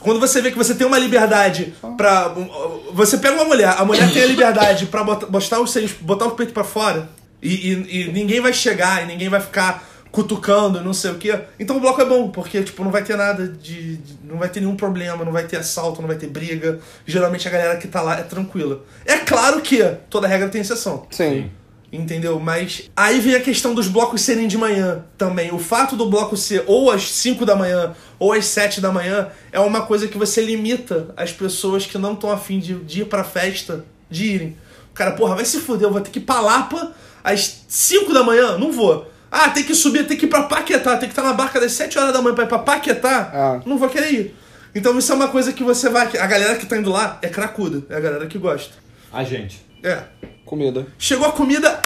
Quando você vê que você tem uma liberdade pra. um, Você pega uma mulher, a mulher tem a liberdade pra bota- botar os seios, botar o peito pra fora, e, e- e ninguém vai chegar, e ninguém vai ficar cutucando, não sei o quê. Então o bloco é bom, porque, tipo, não vai ter nada de. de- Não vai ter nenhum problema, não vai ter assalto, não vai ter briga. Geralmente a galera que tá lá é tranquila. É claro que toda regra tem exceção. Sim. Entendeu? Mas aí vem a questão dos blocos serem de manhã também. O fato do bloco ser ou às 5 da manhã ou às 7 da manhã é uma coisa que você limita as pessoas que não estão afim de, de ir pra festa de irem. O cara, porra, vai se fuder, eu vou ter que ir pra Lapa às 5 da manhã? Não vou. Ah, tem que subir, tem que ir pra Paquetá, tem que estar na barca das 7 horas da manhã pra ir pra Paquetá? Ah. Não vou querer ir. Então isso é uma coisa que você vai. A galera que tá indo lá é cracuda, é a galera que gosta. A gente. É. Comida. Chegou a comida.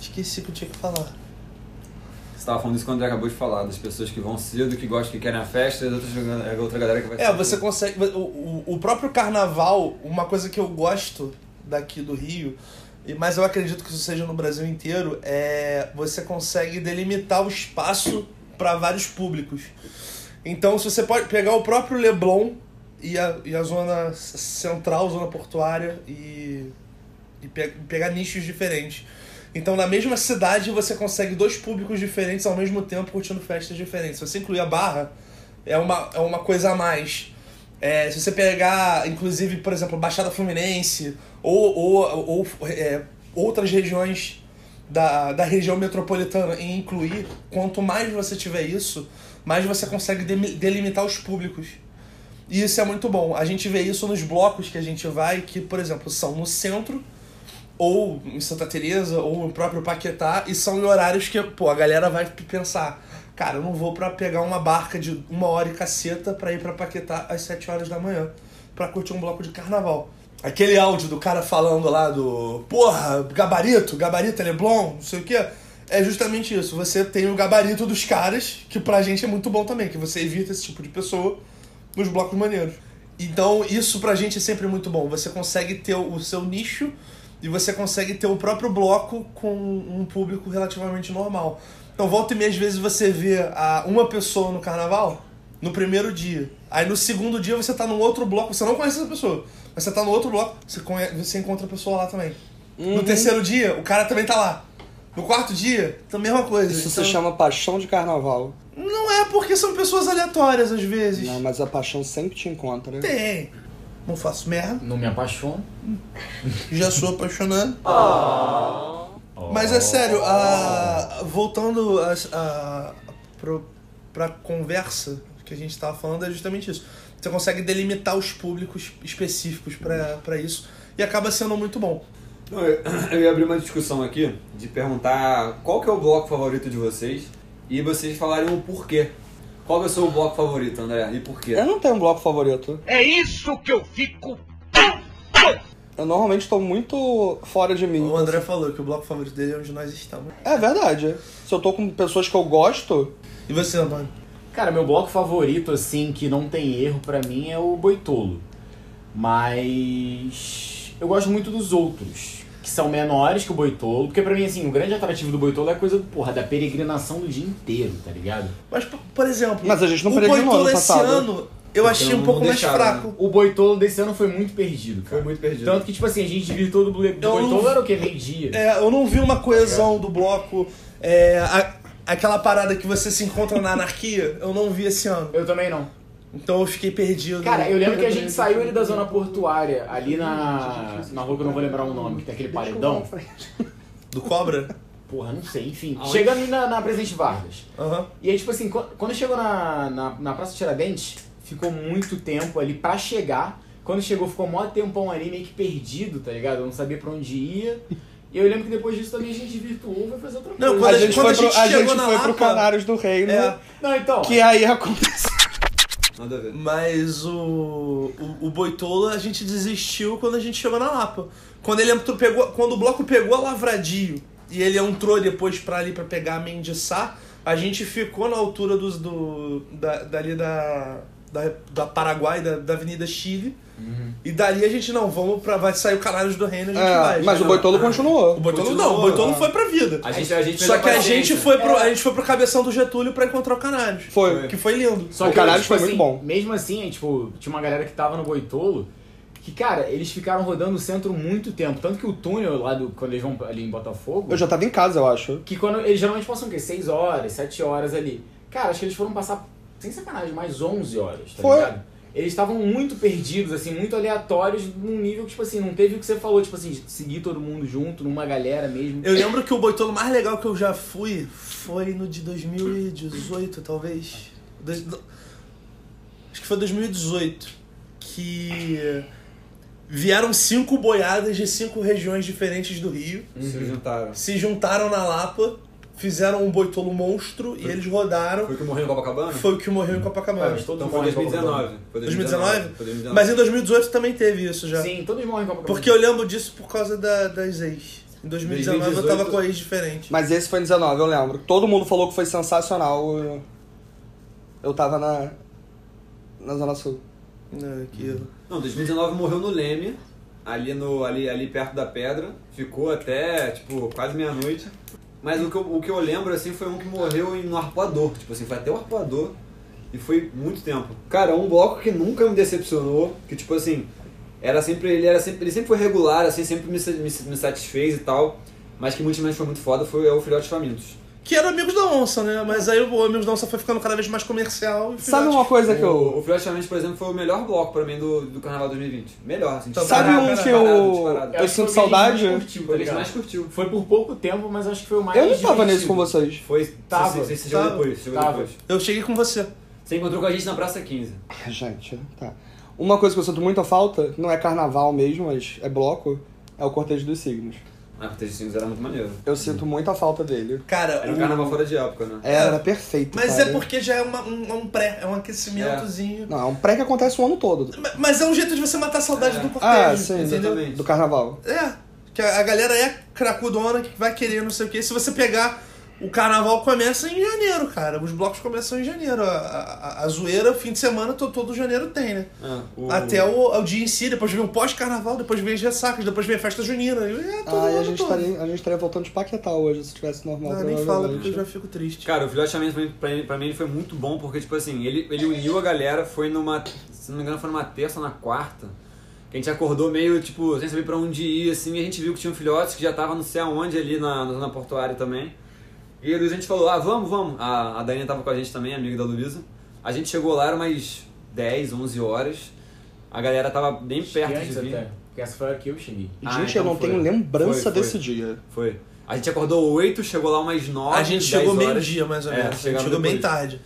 Esqueci o que eu tinha que falar. Você tava falando isso quando eu acabou de falar, das pessoas que vão cedo, que gostam, que querem a festa, e as outras, a outra galera que vai É, você consegue. O, o, o próprio carnaval, uma coisa que eu gosto daqui do Rio, e- mas eu acredito que isso seja no Brasil inteiro, é você consegue delimitar o espaço para vários públicos. Então, se você pode pegar o próprio Leblon e a, e a zona c- central, zona portuária, e, e pe- pegar nichos diferentes. Então, na mesma cidade, você consegue dois públicos diferentes ao mesmo tempo curtindo festas diferentes. Se você incluir a Barra, é uma, é uma coisa a mais. É, se você pegar, inclusive, por exemplo, Baixada Fluminense ou, ou, ou é, outras regiões da, da região metropolitana e incluir, quanto mais você tiver isso, mais você consegue demi- delimitar os públicos. E isso é muito bom. A gente vê isso nos blocos que a gente vai, que, por exemplo, são no centro, ou em Santa Teresa, ou no próprio Paquetá, e são em horários que, pô, a galera vai p- pensar, cara, eu não vou pra pegar uma barca de uma hora e caceta pra ir pra Paquetá às 7 horas da manhã, pra curtir um bloco de carnaval. Aquele áudio do cara falando lá do, porra, gabarito, gabarito é Leblon, não sei o quê. É justamente isso. Você tem o gabarito dos caras, que pra gente é muito bom também, que você evita esse tipo de pessoa nos blocos maneiros. Então, isso pra gente é sempre muito bom. Você consegue ter o seu nicho e você consegue ter o próprio bloco com um público relativamente normal. Então, volta e meia, às vezes você vê a uma pessoa no carnaval no primeiro dia. Aí no segundo dia você tá num outro bloco, você não conhece essa pessoa, mas você tá no outro bloco, você, conhe- você encontra a pessoa lá também. Uhum. No terceiro dia, o cara também tá lá. No quarto dia, tá a mesma coisa. Isso Então, se chama paixão de carnaval. Não é porque são pessoas aleatórias às vezes. Não, mas a paixão sempre te encontra. Tem. Não faço merda. Não me apaixono. Já sou apaixonado. Mas é sério, a- voltando a, a, pro- pra conversa que a gente tava falando, é justamente isso. Você consegue delimitar os públicos específicos pra pra isso e acaba sendo muito bom. Não, eu, eu ia abrir uma discussão aqui de perguntar qual que é o bloco favorito de vocês e vocês falarem o porquê. Qual que é o seu bloco favorito, André? E por quê? Eu não tenho um bloco favorito. É isso que eu fico. Eu normalmente tô muito fora de mim. O André falou que o bloco favorito dele é onde nós estamos. É verdade. Se eu tô com pessoas que eu gosto, E você, Antônio? Cara, meu bloco favorito, assim, que não tem erro pra mim é o Boitolo. Mas eu gosto muito dos outros, que são menores que o Boitolo. Porque pra mim, assim, o grande atrativo do Boitolo é a coisa, porra, da peregrinação do dia inteiro, tá ligado? Mas, por por exemplo, Mas a gente não o peregrinou no Boitolo esse passado. ano eu achei não- um pouco não mais deixaram, fraco. O Boitolo desse ano foi muito perdido, cara. Foi muito perdido. Tanto que, tipo assim, a gente divirtou do, Boi- do Eu Boitolo, não- era o quê? Meio dia. É, eu não vi uma coesão do bloco. é, a- aquela parada que você se encontra na anarquia, eu não vi esse ano. Eu também não. Então eu fiquei perdido. Cara, eu lembro que a gente saiu ali da zona portuária, ali na. Na rua que eu não vou lembrar o nome, que tem aquele paredão. Do Cobra? Porra, não sei, enfim. Chegando ali na, na Presidente Vargas. Aham. E aí, tipo assim, quan- quando chegou na, na, na Praça Tiradentes, ficou muito tempo ali pra chegar. Quando chegou, ficou mó tempão ali, meio que perdido, tá ligado? Eu não sabia pra onde ia. E eu lembro que depois disso também a gente virtuou, foi fazer outra coisa. quando A Mas gente quando foi, a gente pro, a chegou gente na foi pro Lapa- Canários do Reino, É. Não, então. que aí aconteceu. Nada a ver. Mas o, o, o Boitola a gente desistiu quando a gente chegou na Lapa. Quando ele entrou, pegou, quando o bloco pegou a Lavradio e ele entrou depois pra ali pra pegar a Mendiçá, a gente ficou na altura dos, do, da, dali da, da, da Paraguai, da, da Avenida Chile. E dali a gente não, vamos pra. Vai sair o Canários do Reino, a gente vai. Uhum. É, mas o né? Não. Boitolo continuou. O Boitolo não, o Boitolo foi pra vida. A gente, a gente fez Só que a paciência. gente, foi pro, a gente foi pro cabeção do Getúlio pra encontrar o Canários. Foi. Que foi lindo. Só O que, Canários tipo foi muito assim, bom. Mesmo assim, é, tipo, tinha uma galera que tava no Boitolo que, cara, eles ficaram rodando o centro muito tempo. Tanto que o túnel lá do. Quando eles vão ali em Botafogo. Eu já tava em casa, eu acho. Que quando. Eles geralmente passam o quê? 6 horas, 7 horas ali. Cara, acho que eles foram passar, sem sacanagem, mais 11 horas, tá Foi. ligado? Eles estavam muito perdidos, assim, muito aleatórios, num nível que, tipo assim, não teve o que você falou, tipo assim, de seguir todo mundo junto, numa galera mesmo. Eu lembro que o boitolo mais legal que eu já fui foi no de 2018, talvez. Dois- do- Acho que foi 2018. Que vieram cinco boiadas de cinco regiões diferentes do Rio, Se juntaram. se juntaram na Lapa, fizeram um boitolo monstro e eles rodaram. Foi o que morreu no Copacabana? Foi o que morreu em Ah, Copacabana. mas todo Então mundo foi morre em Copacabana. 2019. Foi 2019? Foi 2019. Mas em 2018 também teve isso É. já. Sim, todos morrem em Copacabana. Porque eu lembro disso por causa da- das ex. Em 2019 eu tava 2018 com a ex diferente. Mas esse foi em 19, eu lembro. Todo mundo falou que foi sensacional. Eu- Eu tava na. Na Zona Sul. É, que... Não, 2019 morreu no Leme, ali, no, ali, ali perto da pedra. Ficou até, tipo, quase meia-noite. Mas o que, eu, o que eu lembro, assim, foi um que morreu em- no arpoador. Tipo assim, foi até o arpoador e foi muito tempo. Cara, é um bloco que nunca me decepcionou, que tipo assim, era sempre, ele, era sempre, ele sempre foi regular, assim, sempre me, sa- me, sa- me satisfez e tal. Mas que muito foi muito foda foi é o Filhotes Famintos. Que era Amigos da Onça, né? Mas aí o Amigos da Onça foi ficando cada vez mais comercial. E Sabe uma coisa que O, eu. o Filhotes Famintos, por exemplo, foi o melhor bloco pra mim do, do Carnaval 2020. Melhor, assim. Sabe disparado, um que disparado, eu. disparado. Eu acho sinto que foi É o que a gente saudade? mais curtiu, tá Foi o que a gente ligado? mais curtiu. Foi por pouco tempo, mas acho que foi o mais Eu não tava divertido. nisso com vocês. Foi, Tava, você, você chegou tava, depois, chegou tava. depois. Eu cheguei com você. Você encontrou com a gente na Praça 15. Ah, Gente, tá. Uma coisa que eu sinto muita falta, não é carnaval mesmo, mas é bloco, é o cortejo dos signos. Ah, Cortejo de Sinos era muito maneiro. Eu sinto muita falta dele. Cara, Era um carnaval fora de época, né? Era perfeito. É. mas cara. é porque já é uma- um, um pré, é um aquecimentozinho. Não, é um pré que acontece o ano todo. Ma- Mas é um jeito de você matar a saudade É. do cortejo. Ah, sim, entendeu? exatamente. do carnaval. É. Que a, a galera é cracudona, que vai querer não sei o quê. Se você pegar... O carnaval começa em janeiro, cara. Os blocos começam em janeiro. A, a, a zoeira, fim de semana, to- todo janeiro tem, né? Ah, Até o, o dia em si, depois vem o pós-carnaval, depois vem as ressacas, depois vem a festa junina. É todo Ah, e a ano gente, todo. estaria, a gente estaria voltando de Paquetá hoje, se tivesse normal. Não, nem fala porque eu já provavelmente. fico triste. Cara, o filhote Chamento pra mim, pra, mim, pra mim ele foi muito bom, porque, tipo assim, ele, ele uniu a galera, foi numa. Se não me engano, foi numa terça ou na quarta. Que a gente acordou meio, tipo, sem saber pra onde ir, assim, e a gente viu que tinha um filhote que já tava não sei aonde ali na, na zona portuária também. E a gente falou, ah, vamos, vamos. A, a Daiane tava com a gente também, amiga da Luísa. A gente chegou lá, era umas 10, 11 horas. A galera tava bem perto E antes de vir. até, porque essa foi a hora que eu cheguei. Ah, Gente, então eu não foi. tenho lembrança Foi, foi. desse dia. Foi. A gente acordou 8, chegou lá umas 9. a gente chegou meio-dia, mais É, ou menos. a gente chegou bem tarde.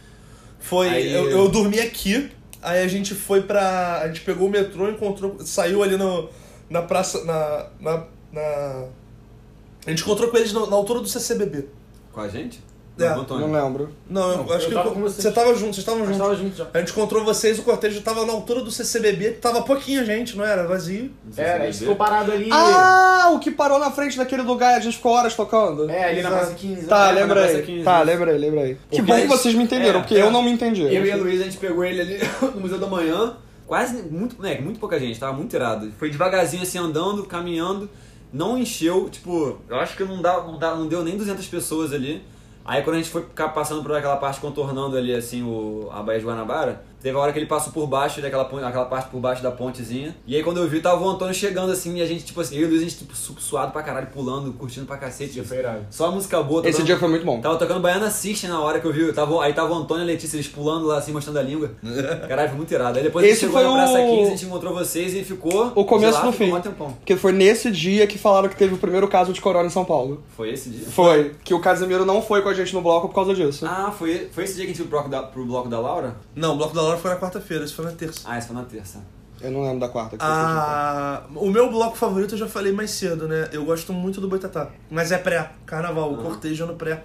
Foi. Aí- Eu, eu dormi aqui, aí a gente foi pra. A gente pegou o metrô, encontrou. Saiu ali no, na praça. Na, na, na- A gente encontrou com eles na, na altura do CCBB. Com a gente? né? É. Não, Antônio. Não lembro. Não, eu Não, acho eu que tava eu- com vocês. você tava junto, vocês estavam Nós juntos. tava junto já. A gente encontrou vocês, o cortejo tava na altura do CCBB, tava pouquinha gente, não era? Vazio. É, a gente ficou parado ali. Ah, o que parou na frente daquele lugar e a gente ficou horas tocando? É, ali na Praça 15. Tá, né? lembra Praça 15, aí. Tá, isso. lembrei, lembrei. Que Porque bom que a vocês me entenderam, é, porque eu não me entendi. Eu e a Luísa, a gente pegou ele ali no Museu da Manhã. Quase, muito, moleque, muito pouca gente, tava muito irado. Foi devagarzinho assim, andando, caminhando. Não encheu, tipo, eu acho que não, dá, não, dá, não deu nem 200 pessoas ali. Aí quando a gente foi ficar passando por aquela parte, contornando ali, assim, o, a Baía de Guanabara, teve a hora que ele passou por baixo daquela pon- aquela parte por baixo da pontezinha. E aí quando eu vi, tava o Antônio chegando, assim, e a gente, tipo assim, eu e o Luiz, a gente, tipo, su- suado pra caralho, pulando, curtindo pra cacete. Esse dia foi irado. Só a música boa. Esse tocando- dia foi muito bom. Tava tocando Baiana System na hora que eu vi. Eu Tava, aí tava o Antônio e a Letícia, eles pulando lá assim, mostrando a língua. Caralho, foi muito irado. Aí depois Esse a gente chegou foi na Praça o- 15, a gente encontrou vocês e um ficou... O começo sei lá, do ficou fim. mó tempão. Porque foi nesse dia que falaram que teve o primeiro caso de corona em São Paulo. Foi esse dia? Foi. Que o Casemiro não foi com a gente no bloco por causa disso. Ah, foi, foi esse dia que a gente foi pro bloco da, pro bloco da Laura? Não, o Bloco da Laura foi na quarta-feira, isso foi na terça. Ah, esse foi na terça. Eu não lembro da quarta. Que foi Ah, o meu bloco favorito eu já falei mais cedo, né? Eu gosto muito do Boitatá. Mas é pré, carnaval, o cortejo é no pré.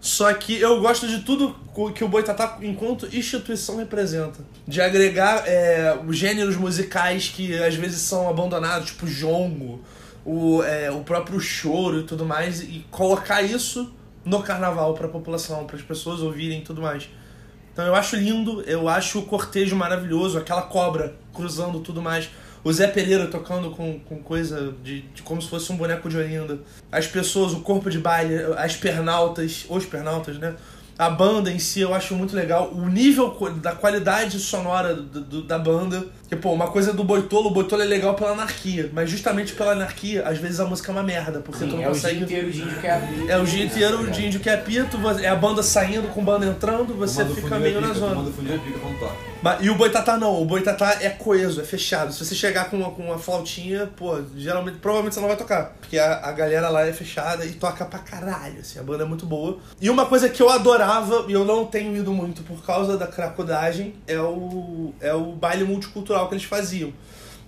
Só que eu gosto de tudo co- que o Boitatá, enquanto instituição, representa. De agregar é, gêneros musicais que às vezes são abandonados, tipo jongo, o, é, o próprio choro e tudo mais, e colocar isso no carnaval pra população, para as pessoas ouvirem e tudo mais. Então eu acho lindo, eu acho o cortejo maravilhoso, aquela cobra cruzando tudo mais. O Zé Pereira tocando com, com coisa de, de como se fosse um boneco de Olinda. As pessoas, o corpo de baile, as pernautas, os pernautas, né? A banda em si eu acho muito legal. O nível co- da qualidade sonora do- do- da banda. Que, pô, uma coisa do Boitolo, o Boitolo é legal pela anarquia. Mas justamente pela anarquia, às vezes a música é uma merda, porque tu Sim, não é o dia consegue. inteiro de índio que é É o dia inteiro de índio que apito, vo- é a banda saindo com banda entrando, você fica meio na zona. Manda o funil e pica com toque. Mas- E o boitatá não, o boitatá é coeso, é fechado. Se você chegar com uma, com uma flautinha, pô, geralmente, provavelmente você não vai tocar. Porque a, a galera lá é fechada e toca pra caralho, assim, a banda é muito boa. E uma coisa que eu adorava, e eu não tenho ido muito por causa da cracodagem, é o, é o baile multicultural que eles faziam.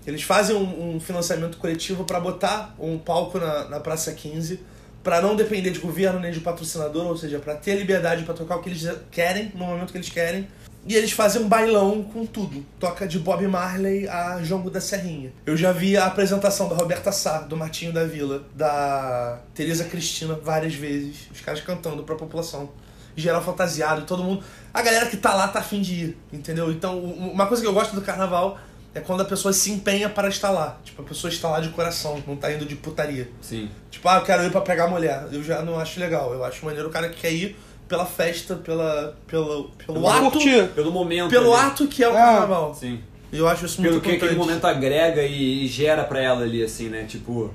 Eles fazem um, um financiamento coletivo pra botar um palco na, na Praça 15, pra não depender de governo nem de patrocinador, ou seja, pra ter liberdade pra tocar o que eles querem, no momento que eles querem. E eles fazem um bailão com tudo. Toca de Bob Marley a Jongo da Serrinha. Eu já vi a apresentação da Roberta Sá, do Martinho da Vila, da Tereza Cristina várias vezes. Os caras cantando pra população geral fantasiado, todo mundo. A galera que tá lá tá afim de ir, entendeu? Então, um- uma coisa que eu gosto do carnaval é quando a pessoa se empenha para estar lá. Tipo, a pessoa está lá de coração, não tá indo de putaria. Sim. Tipo, ah, eu quero ir pra pegar mulher. Eu já não acho legal. Eu acho maneiro o cara que quer ir pela festa, pela, pela, pelo Pra ato. curtir. Pelo momento. Pelo ali. ato que é o É, carnaval. Ah, Sim. E eu acho isso muito Pelo que aquele importante. momento agrega e, e gera pra ela ali, assim, né? Tipo,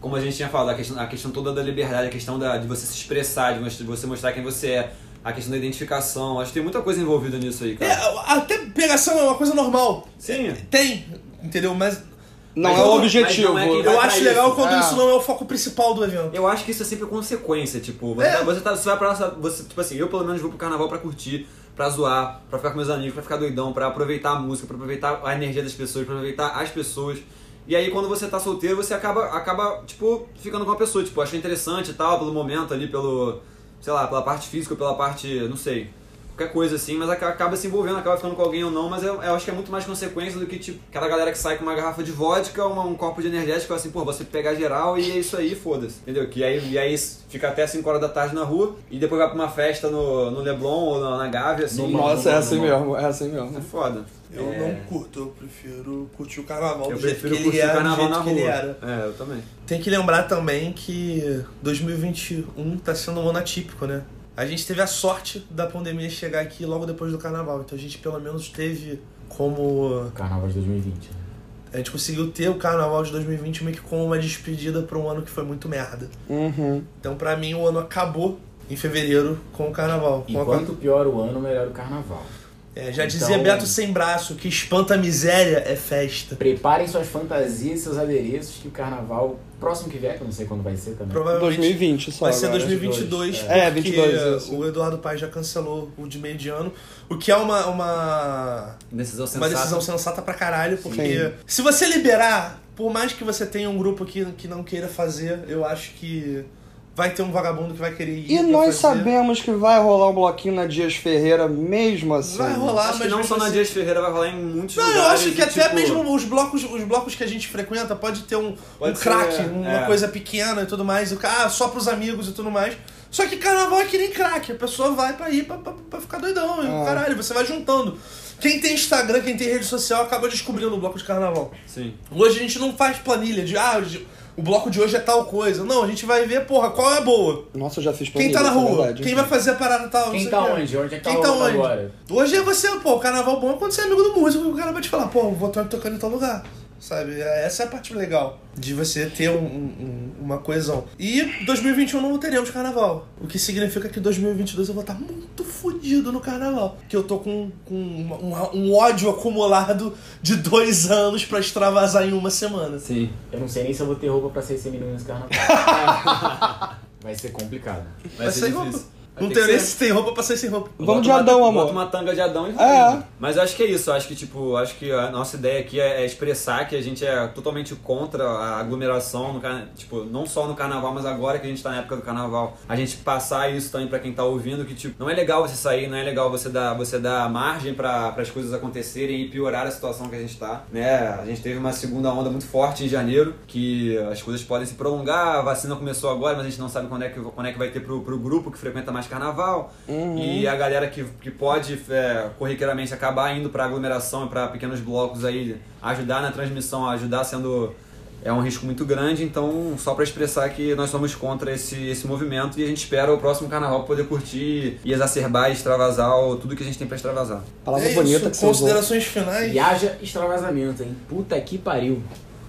como a gente tinha falado, a questão, a questão toda da liberdade, a questão da, de você se expressar, de mos- de você mostrar quem você é, a questão da identificação. Acho que tem muita coisa envolvida nisso aí, É, cara. até pegação é uma coisa normal. tá. Sim. Tem, entendeu? Mas Não Mas é o não- objetivo. mas não é que- eu acho isso. legal quando É. isso não é o foco principal do evento. Eu acho que isso é sempre consequência, tipo, você, Então, É. tá- você, tá- você vai pra lá, você, tipo assim, eu pelo menos vou pro carnaval pra curtir, pra zoar, pra ficar com meus amigos, pra ficar doidão, pra aproveitar a música, pra aproveitar a energia das pessoas, pra aproveitar as pessoas. E aí quando você tá solteiro, você acaba, acaba tipo, ficando com a pessoa, tipo, achou interessante e tal, pelo momento ali, pelo, sei lá, pela parte física, pela parte, não sei, qualquer coisa assim, mas aca- acaba se envolvendo, acaba ficando com alguém ou não, mas eu, eu acho que é muito mais consequência do que, tipo, aquela galera que sai com uma garrafa de vodka, uma- um copo de energético, assim, pô, você pegar geral e é isso aí, foda-se, entendeu? Que aí, e aí fica até 5 horas da tarde na rua e depois vai pra uma festa no, no Leblon ou na, na Gávea, assim. Nossa, é assim no- mesmo, é assim É mesmo. foda. Eu É, não curto, eu prefiro curtir o carnaval Eu do jeito prefiro que curtir ele o era, carnaval do na jeito que rua. ele era. É, eu também. Tem que lembrar também que 2021 tá sendo um ano atípico, né? A gente teve a sorte da pandemia chegar aqui logo depois do carnaval, então a gente pelo menos teve como. Carnaval de 2020. né? A gente conseguiu ter o carnaval de 2020 meio que como uma despedida pra um ano que foi muito merda. Uhum. Então pra mim o ano acabou em fevereiro com o carnaval. E com a- quanto pior o ano, melhor o carnaval. É, já Então- dizia Beto Sem Braço que espanta a miséria é festa. Preparem suas fantasias, seus adereços, que o carnaval próximo que vier, que eu não sei quando vai ser também. Provavelmente 2020 só. Vai ser agora. 2022. É, porque 22, isso. O Eduardo Paes já cancelou o de meio de ano, o que é uma, uma, Decisão uma sensata. decisão sensata pra caralho, porque Sim. se você liberar, por mais que você tenha um grupo que, que não queira fazer, eu acho que vai ter um vagabundo que vai querer ir. E pra nós fazer. sabemos que vai rolar um bloquinho na Dias Ferreira mesmo assim. Vai rolar, Acho mas que não mesmo só na assim- Dias Ferreira, vai rolar em muitos Não, eu lugares. acho que e, até tipo, mesmo os blocos, os blocos que a gente frequenta pode ter um, Pode um ser, crack, uma é. coisa pequena e tudo mais, e o ca- ah, só pros amigos e tudo mais. Só que carnaval é que nem crack, a pessoa vai pra ir pra, pra, pra ficar doidão, e o caralho, você vai juntando. Quem tem Instagram, quem tem rede social, acaba descobrindo o bloco de carnaval. Sim. Hoje a gente não faz planilha de, ah, hoje- o bloco de hoje é tal coisa. Não, a gente vai ver, porra, qual é a boa. Nossa, eu já fiz Quem tá na planilha, isso é rua? verdade. Quem vai fazer a parada tal? não Quem sei tá o quê. onde? Onde é que tá Quem o tá outro onde? agora? Hoje é você, pô, o carnaval bom é quando você é amigo do músico, o cara vai te falar, pô, vou estar tocando em tal lugar. Sabe? Essa é a parte legal de você ter um- um- um- uma coesão. E 2021 não teremos carnaval. O que significa que 2022 eu vou estar muito fodido no carnaval. Que eu tô com, com uma- um, um ódio acumulado de dois anos pra extravasar em uma semana. Sim. Eu não sei nem se eu vou ter roupa pra sair sem menino nesse carnaval. Vai ser complicado. Vai, ser sair difícil. roupa. Vai Não ter tem que nem ser. se tem roupa pra sair sem roupa. Vamos de Bota uma- Adão, amor. Bota uma tanga de Adão e É. vai. Mas eu acho que é isso. eu Acho que, tipo, acho que a nossa ideia aqui é é expressar que a gente é totalmente contra a aglomeração, no carna- tipo, não só no carnaval, mas agora que a gente tá na época do carnaval. A gente passar isso também pra quem tá ouvindo, que, tipo, não é legal você sair, não é legal você dar, você dar margem pra, as coisas acontecerem e piorar a situação que a gente tá, né? A gente teve uma segunda onda muito forte em janeiro, que as coisas podem se prolongar, a vacina começou agora, mas a gente não sabe quando é que, quando é que vai ter pro, pro grupo que frequenta mais carnaval. E a galera que, que pode é, corriqueiramente acabar indo pra aglomeração e pra pequenos blocos aí, ajudar na transmissão, ajudar sendo. É um risco muito grande, então só pra expressar que nós somos contra esse, esse movimento e a gente espera o próximo carnaval poder curtir e exacerbar, e extravasar o- tudo que a gente tem pra extravasar. Palavra é bonita isso, que você usou. considerações finais. E haja extravasamento, hein? Puta que pariu.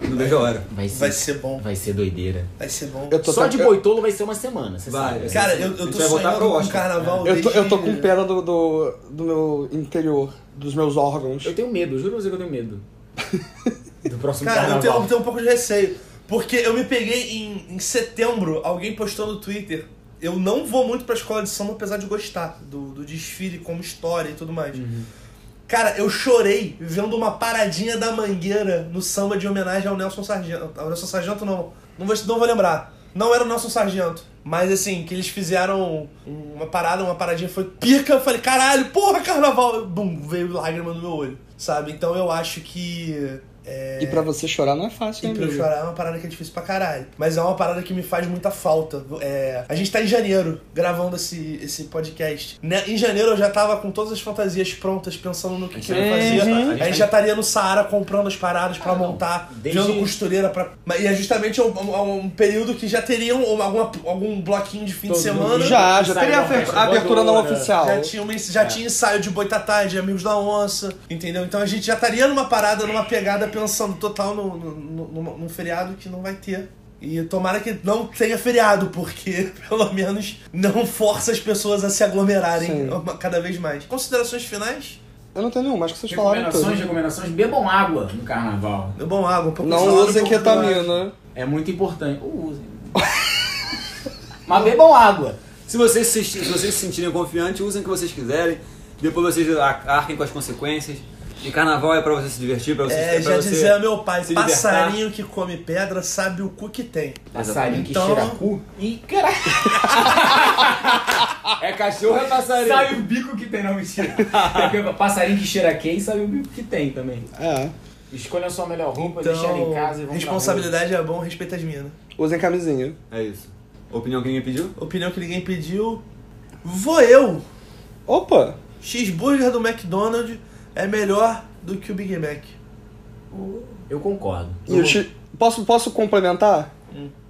Não vejo a hora. Vai ser, Vai ser bom, vai ser doideira. vai ser bom. Eu tô Só tão- de boitolo vai ser uma semana, você Vai, sabe. né? vai ser. Cara, eu, A eu gente tô vai voltar sonhando pro com Oscar. carnaval Eu tô, eu tô com desde- pena do, do, do meu interior, dos meus órgãos. Eu tenho medo, juro pra você que eu tenho medo. Do próximo Cara, eu carnaval. tenho, eu tenho um pouco de receio. Porque eu me peguei em, em setembro, alguém postou no Twitter. Eu não vou muito pra escola de samba, apesar de gostar do, do desfile como história e tudo mais. Uhum. Cara, eu chorei vendo uma paradinha da mangueira no samba de homenagem ao Nelson Sargento. Ao Nelson Sargento, não. Não vou, não vou lembrar. Não era o Nelson Sargento. Mas assim, que eles fizeram um, uma parada, uma paradinha foi pica. Eu falei, caralho, porra, carnaval. Bum, veio lágrima no meu olho, sabe? Então eu acho que. é, E pra você chorar não é fácil, e hein, pra eu amigo? chorar é uma parada que é difícil pra caralho. Mas é uma parada que me faz muita falta. É, A gente tá em janeiro gravando esse, esse podcast. Né, Em janeiro eu já tava com todas as fantasias prontas, pensando no que, que eu ia fazer. Uhum. A gente já estaria no Saara comprando as paradas pra montar, Desde- vendo costureira pra. Mas- E é justamente um, um- um período que já teriam alguma, algum bloquinho de fim Todo de semana. mundo Já, já Sai teria da festa a abertura não voadora. oficial. Já tinha, uma, já É. tinha ensaio de Boitatá, de Amigos da Onça, entendeu? Então a gente já estaria numa parada, numa pegada, pensando total no, no, no- numa- num feriado que não vai ter. E tomara que não tenha feriado, porque pelo menos não força as pessoas a se aglomerarem Sim. uma- cada vez mais. Considerações finais? Eu não tenho nenhum, mas que vocês falaram Recomendações, tudo. recomendações, bebam água no carnaval. Deu bom água, um pouco de Não salada, um usem pouco de água. ketamina. É muito importante. Ou usem. Mas bebam água. Se vocês se, se vocês se sentirem confiantes, usem o que vocês quiserem. Depois vocês ar- arquem com as consequências. E carnaval é pra você se divertir, pra você É, pra já você dizia meu pai, se libertar. passarinho que come pedra sabe o cu que tem. Passarinho que Então- cheira a cu. E caralho. É cachorro, é passarinho. Sabe o bico que tem, não, mentira. É que o passarinho que cheira quem sabe o bico que tem também. É. Escolha a sua melhor roupa, deixa ela Então, em casa e vamos pra responsabilidade é bom, respeita as minas. Usem camisinha. É isso. Opinião que ninguém pediu? Opinião que ninguém pediu. Vou eu. Opa! Cheeseburger do McDonald's é melhor do que o Big Mac. rua. Eu concordo. E o X... posso, posso complementar?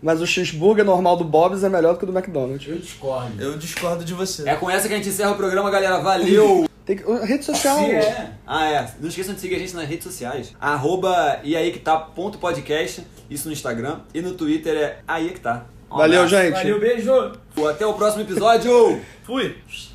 Mas o cheeseburger normal do Bob's é melhor do que o do McDonald's. Eu discordo. Eu discordo de você. É com essa que a gente encerra o programa, galera. Valeu! Tem que... Rede social. Se é. ah, é. Não esqueçam de seguir a gente nas redes sociais. Arroba e aí que tá ponto podcast, isso no Instagram. E no Twitter é aí que tá. Um Valeu, abraço. gente. Valeu, beijo. Até o próximo episódio! Fui.